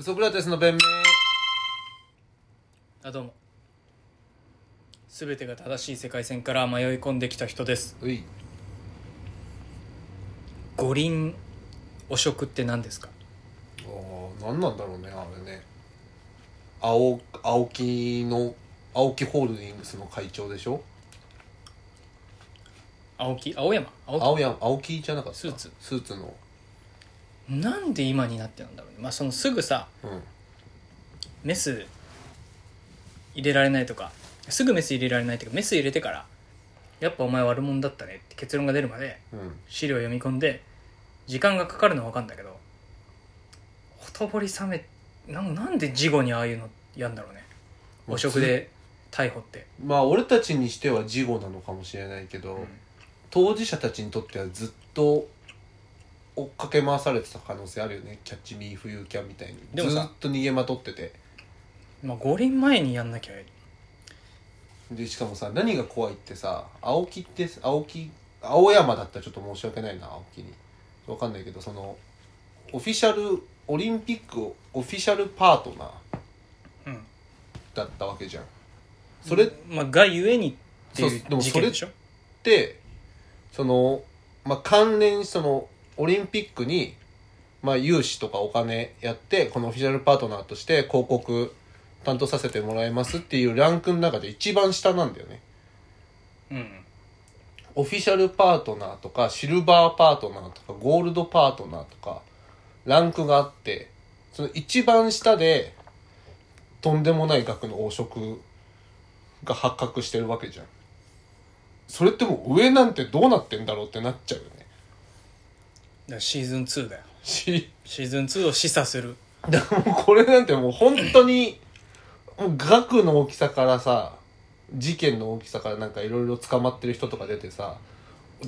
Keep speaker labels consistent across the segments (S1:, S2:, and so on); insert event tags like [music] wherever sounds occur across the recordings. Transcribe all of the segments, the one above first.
S1: ソクラテスの弁明
S2: あどうも全てが正しい世界線から迷い込んできた人です
S1: うい
S2: 五輪汚職って何ですか
S1: ああ何なんだろうねあれね青青木の青木ホールディングスの会長でしょ
S2: 青木青山青木
S1: 青や青木じゃなかった
S2: スーツ
S1: スーツの
S2: なんで今になってなんだろうねまあそのすぐさ
S1: うん
S2: メス入れられないとかすぐメス入れられないとかメス入れてからやっぱお前悪者だったねって結論が出るまで
S1: うん
S2: 資料読み込んで時間がかかるのは分かんだけどほとぼり冷めなんなんで事後にああいうのやんだろうね
S1: まあ
S2: 汚職で逮捕って、
S1: まあ俺たちにしては事後なのかもしれないけど、
S2: うん
S1: 当事者たちにとってはずっと追っかけ回されてた可能性あるよねキャッチミーフユーキャンみたいに
S2: でもさ
S1: ずっと逃げまとってて
S2: まあ、五輪前にやんなきゃ
S1: でしかもさ何が怖いってさ青木って青木青山だったらちょっと申し訳ないな青木にわかんないけどそのオフィシャルオリンピックオフィシャルパートナー
S2: うん
S1: だったわけじゃんそれっ
S2: まあ、がゆえにってい
S1: そううでも
S2: 事
S1: そ
S2: 件
S1: れ
S2: でしょ
S1: てその、まあ、関連そのオリンピックに、まあ、融資とかお金やってこのオフィシャルパートナーとして広告担当させてもらいますっていうランクの中で一番下なんだよね
S2: うん
S1: オフィシャルパートナーとかシルバーパートナーとかゴールドパートナーとかランクがあってその一番下でとんでもない額の汚職が発覚してるわけじゃんそれってもう上なんてどうなってんだろうってなっちゃうよね
S2: だからシーズン2だよ
S1: し
S2: シーズン2を示唆する
S1: だからもう [laughs] これなんてもう本当にもう額の大きさからさ事件の大きさからなんかいろいろ捕まってる人とか出てさ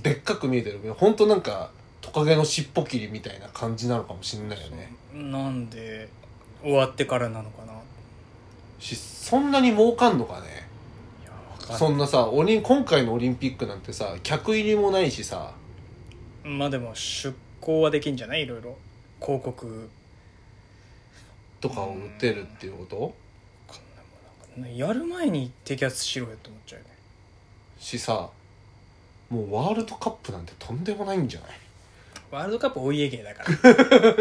S1: でっかく見えてるけど本当なんかトカゲの尻尾切りみたいな感じなのかもしんないよね
S2: なんで終わってからなのかない
S1: しそんなに儲かんのかね
S2: やわかんな
S1: そんなさオリン今回のオリンピックなんてさ客入りもないしさ
S2: いまあでも出向はできんじゃないいろいろ広告
S1: とかを売ってるっていうこと
S2: やる前に摘発しろよって思っちゃうよね
S1: しさもうワールドカップなんてとんでもないんじゃない
S2: ワールドカップお家芸だか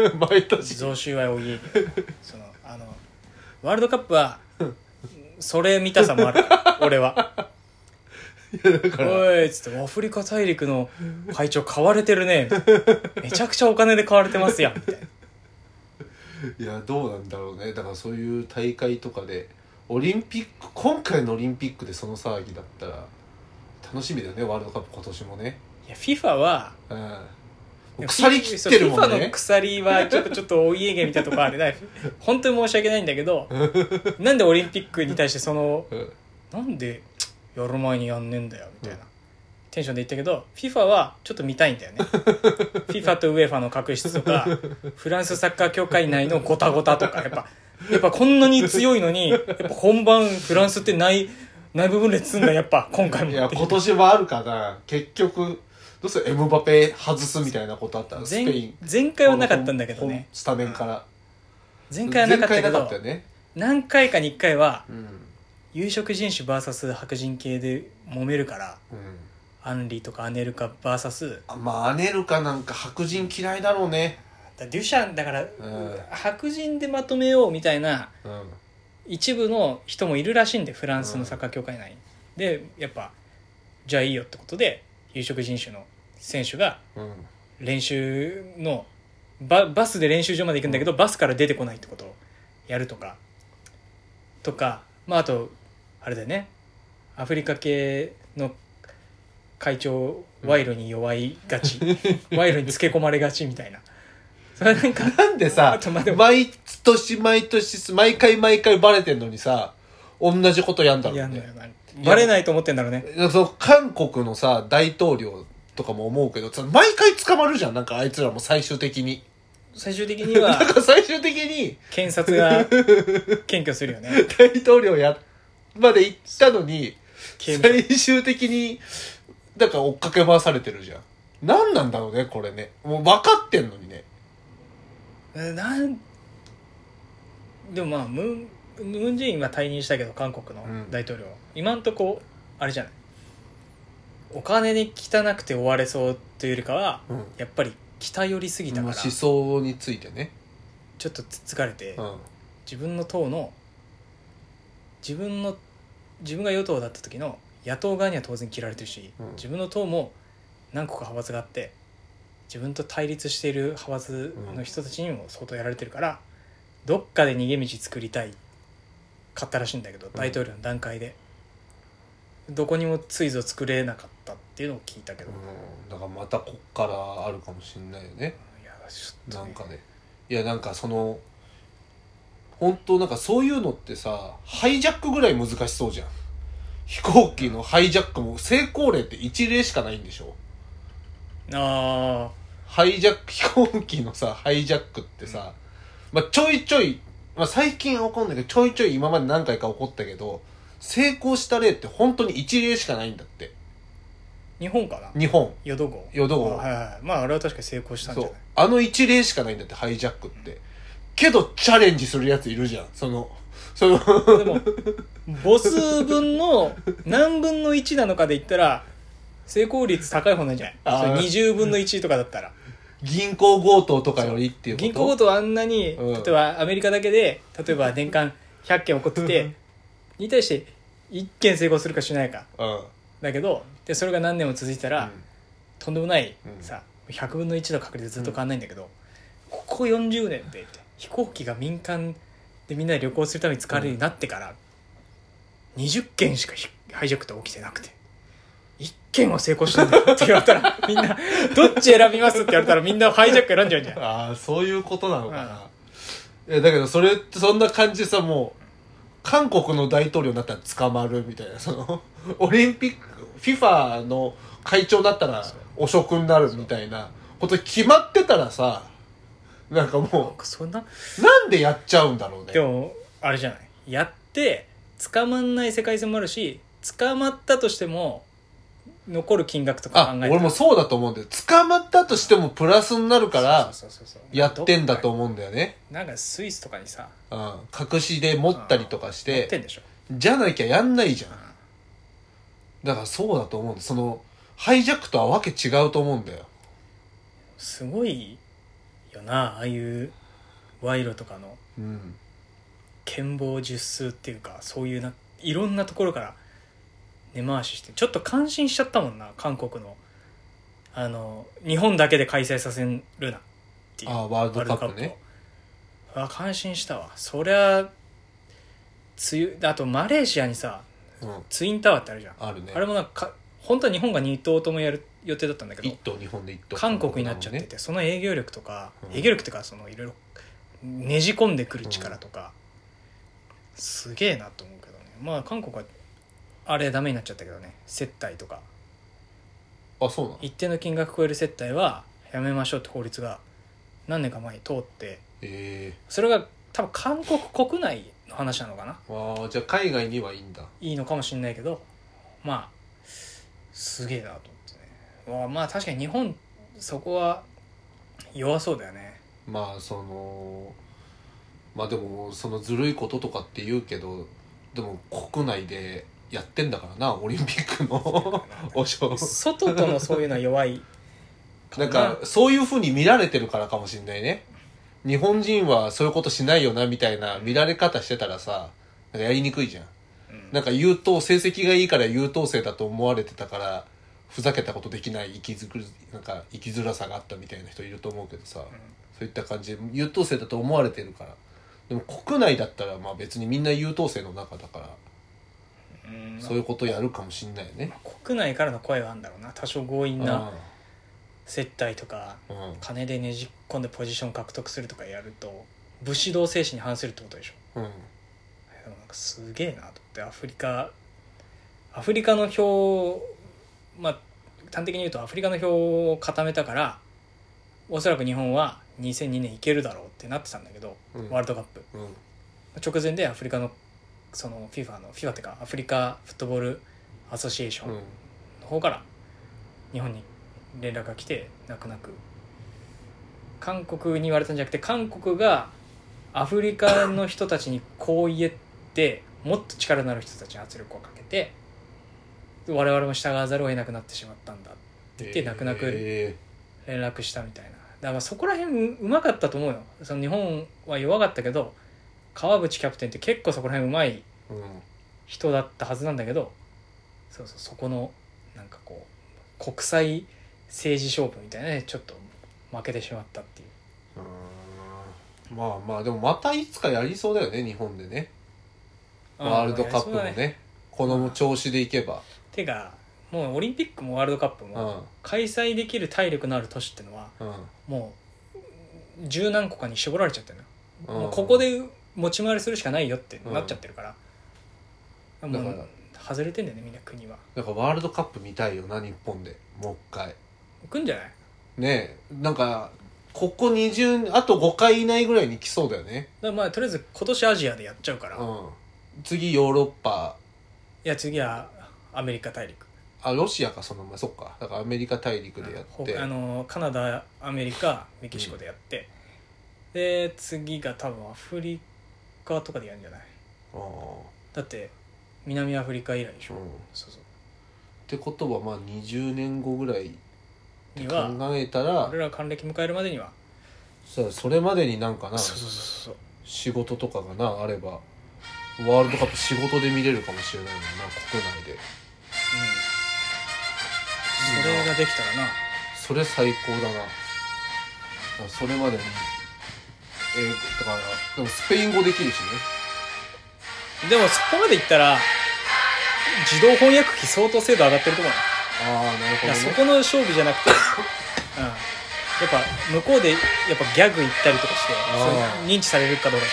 S2: ら
S1: [laughs] 毎年
S2: 贈収賄お家芸そのあのワールドカップはそれ見たさもあるから俺は
S1: だから
S2: おいっつってアフリカ大陸の会長買われてるねめちゃくちゃお金で買われてますやんみたいない
S1: やどうなんだろうねだからそういう大会とかでオリンピック今回のオリンピックでその騒ぎだったら楽しみだよねワールドカップ今年もね
S2: いや FIFA は
S1: うんもう鎖切ってるもん
S2: そう FIFA の
S1: ね
S2: 鎖はちょっとちょっとお家芸みたいなとこあれだ本当に申し訳ないんだけ
S1: [laughs]
S2: どなんでオリンピックに対してその
S1: うん
S2: なんでやる前にやんねえんだよみたいなテンションで言ったけど FIFA はちょっと見たい
S1: [laughs]
S2: んだよね FIFA と UEFA の確執とかフランスサッカー協会内のゴタゴタとかやっぱやっぱこんなに強いのにやっぱ本番フランスってない内部分裂すんだやっぱ今回も
S1: い
S2: [laughs]
S1: や今年はあるかな結局どうするエムバペ外すみたいなことあったらスペイ
S2: 前
S1: ン
S2: 前回はなかったんだけど
S1: 本
S2: ね
S1: スタメンから
S2: 前回はなかった
S1: 前
S2: け
S1: 回なかったよ
S2: ど
S1: ね
S2: 何回かに1回は
S1: うん
S2: 有色人種 VS 白人系で揉めるから
S1: うん
S2: アンリとかアネルカ VS
S1: あまあアネルカなんか白人嫌いだろうね
S2: だデュシャンだから、
S1: ん
S2: 白人でまとめようみたいな
S1: うん
S2: 一部の人もいるらしいんでフランスのサッカー協会内に、でやっぱじゃあいいよってことで有色人種の選手が
S1: うん
S2: 練習のババスで練習場まで行くんだけど、バスから出てこないってことをやるとかとか、まあ、あとあれだよねアフリカ系の会長賄賂に弱いが [laughs] ち、賄賂につけ込まれがちみたいなそれはなんか
S1: なんでさ
S2: あとまあで、も
S1: 毎年毎年、毎回毎回バレてんのにさ、同じことやんだろ
S2: や
S1: うん
S2: だよ
S1: ね。
S2: なバレないと思ってんだろうね
S1: その韓国のさ、大統領とかも思うけど、さ毎回捕まるじゃん、なんかあいつらも最終的に。
S2: 最終的には
S1: なんか最終的に
S2: 検察が検挙するよね
S1: 大統領や、まで行ったのに、
S2: 刑務
S1: 最終的に、なんか追っかけ回されてるじゃん。なんなんだろうね、これね。もう分かってんのにね。
S2: えなんでもまあムンムン・ジェインは退任したけど韓国の
S1: うん
S2: 大統領、今んとこあれじゃないお金に汚くて追われそうというよりかは
S1: うん
S2: やっぱり北寄りすぎた
S1: まあ
S2: から
S1: 思想についてね、
S2: ちょっとつつかれて
S1: うん、
S2: 自分の党の自分の自分が与党だった時の野党側には当然嫌われてるし、
S1: うん
S2: 自分の党も何個か派閥があって自分と対立している派閥の人たちにも相当やられてるから、どっかで逃げ道作りたいかったらしいんだけど大統領の段階で、どこにもついぞ作れなかったっていうのを聞いたけど、
S1: うん、だからまたこっからあるかもしんないよね
S2: いやちょっと
S1: な
S2: ね
S1: んかねいやなんかその本当なんかそういうのってさハイジャックぐらい難しそうじゃん飛行機のハイジャックも成功例って一例しかないんでしょ
S2: あ
S1: ハイジャック [laughs] 飛行機のさハイジャックってさ、まあ、ちょいちょい、まあ、最近は起こんないけどちょいちょい今まで何回か起こったけど成功した例って本当に一例しかないんだって
S2: ー日本かな
S1: 日本
S2: 淀号
S1: 淀
S2: あ
S1: 号
S2: はいはいまああれは確かに成功したんじ
S1: そ
S2: ゃな
S1: う
S2: い
S1: あの一例しかないんだってハイジャックってけどチャレンジするやついるじゃんそのその [laughs]
S2: でも母数分の何分の1なのかで言ったら成功率高い方なんじゃ
S1: あー
S2: ないそれ20分の1とかだったら
S1: 銀行強盗とかよりっていうこと
S2: 銀行強盗あんなに、
S1: うん
S2: 例えばアメリカだけで例えば年間100件起こっててに対して1件成功するかしないか
S1: うん、
S2: だけどでそれが何年も続いたら、とんでもないさ100分の1の確率でずっと変わんないんだけど、ここ40年で飛行機が民間でみんなで旅行するために使われるようになってから、20件しかひハイジャックって起きてなくて1件は成功したんだよって言われたら [laughs] みんなどっち選びますって言われたらみんなハイジャック選んじゃうんじゃん
S1: ああそういうことなのかな、いやだけどそれってそんな感じでさもう韓国の大統領になったら捕まるみたいなそのオリンピック FIFA の会長になったら汚職になるみたいなこと決まってたらさなんかも
S2: そんな
S1: うなんでやっちゃうんだろうね
S2: でもあれじゃないやって捕まんない世界線もあるし捕まったとしても残る金額とか
S1: あ
S2: 考えたら
S1: 俺もそうだと思うんだよ捕まったとしてもプラスになるから
S2: そうそうそうそう
S1: やってんだと思うんだよね、
S2: なんかスイスとかにさ
S1: うん、隠しで持ったりとかし
S2: やって
S1: て
S2: んでしょ
S1: じゃなきゃやんないじゃんだからそうだと思うんだそのハイジャックとはわけ違うと思うんだよ
S2: すごいよなああいう賄賂とかの
S1: うん
S2: 剣謀術数っていうかそういうないろんなところから根回ししてちょっと感心しちゃったもんな韓国のあの日本だけで開催させるなっていう
S1: ああワールドカップ
S2: ワール
S1: ね
S2: ドカップをあ感心したわそりゃ強いあとマレーシアにさ
S1: うん
S2: ツインタワーってあるじゃん
S1: あるね
S2: あれもなんかか本当は日本が2頭ともやる予定だったんだけど
S1: 一頭日本で一頭
S2: 韓国になっちゃって
S1: ね
S2: て、その営業力とか、
S1: うん
S2: 営業力っていうかそのいろいろねじ込んでくる力とか、すげえなと思うけどねまあ韓国はあれダメになっちゃったけどね接待とか
S1: あそうなの
S2: 一定の金額超える接待はやめましょうって法律が何年か前に通って
S1: え
S2: それが多分韓国国内の話なのかな
S1: えー、ああじゃあ海外にはいいんだ
S2: いいのかもしれないけどまあすげえなと思ってねわあまあ確かに日本そこは弱そうだよね
S1: まあそのまあでもそのずるいこととかって言うけどでも国内でやってんだからなオリンピックの [laughs] お正
S2: 外とのそういうのは弱い
S1: なんかそういうふうに見られてるからかもしんないね日本人はそういうことしないよなみたいな見られ方してたらさなんかやりにくいじゃん
S2: うん
S1: なんか優等成績がいいから優等生だと思われてたからふざけたことできない生きづくなんか生きづらさがあったみたいな人いると思うけどさ、そういった感じで優等生だと思われてるからでも国内だったらまあ別にみんな優等生の中だから
S2: うん
S1: そういうことやるかもしんないよね。
S2: 国内からの声はあるんだろうな多少強引な接待とか
S1: うんうん
S2: 金でねじ込んでポジション獲得するとかやると武士道精神に反するってことでしょ
S1: うん
S2: でもなんかすげえなと思ってアフリカアフリカの票まあ端的に言うとアフリカの票を固めたからおそらく日本は2002年いけるだろうってなってたんだけど、
S1: うん
S2: ワールドカップ
S1: うん
S2: 直前でアフリカのその FIFA の FIFA っていうかアフリカフットボールアソシエーション
S1: うん
S2: の方から日本に連絡が来て泣く泣く韓国に言われたんじゃなくて韓国がアフリカの人たちにこう言えってもっと力のある人たちに圧力をかけて我々も従わざるを得なくなってしまったんだで泣く泣く
S1: え
S2: 連絡したみたいなだからそこら辺ううまかったと思うよその日本は弱かったけど川淵キャプテンって結構そこら辺うまい
S1: ーうん
S2: 人だったはずなんだけどそうそうそこのなんかこう国際政治勝負みたいなねちょっと負けてしまったっていう
S1: うーんまあまあでもまたいつかやりそうだよね日本でねワールドカップも
S2: あー
S1: ねこの調子でいけば
S2: てかもうオリンピックもワールドカップ
S1: うんう
S2: も開催できる体力のある都市ってのは
S1: ん
S2: もう十何個かに絞られちゃってるのよ
S1: う
S2: も
S1: ん
S2: うここで持ち回りするしかないよってなっちゃってるから、
S1: ん
S2: も
S1: だか
S2: う外れてんだよねみんな国は
S1: なんかワールドカップ見たいよな日本でもう一回
S2: 行くんじゃない
S1: ねえなんかここ20あと5回以内ぐらいに来そうだよね
S2: だからまあとりあえず今年アジアでやっちゃうから、
S1: う
S2: い
S1: ん次ヨーロッパ
S2: や次はアメリカ大陸
S1: あロシアかその前そっかだからアメリカ大陸でやっ
S2: ほ
S1: て
S2: あのカナダアメリカメキシコでやって、で次が多分アフリカとかでやるんじゃない
S1: うん
S2: だって南アフリカ以来でしょ、
S1: うんっ
S2: そうそ
S1: てことはまあ20年後ぐらいっ
S2: う
S1: て
S2: に
S1: 考
S2: は
S1: えたら
S2: 俺ら還暦迎えるまでには
S1: さそれまでになんかな
S2: そうそうそうそう
S1: 仕事とかがなあればワールドカップ仕事で見れるかもしれないもんな国内で
S2: うん、それができたらな
S1: それ最高だなだからそれまでにえーだからでもスペイン語できるしね
S2: でもそこまでいったら自動翻訳機相当精度上がってると思うよ
S1: ああなるほど
S2: だからそ
S1: ね
S2: この勝負じゃなくて、うん、やっぱ向こうでやっぱギャグ行ったりとかして
S1: あー
S2: そう認知されるかどうかじ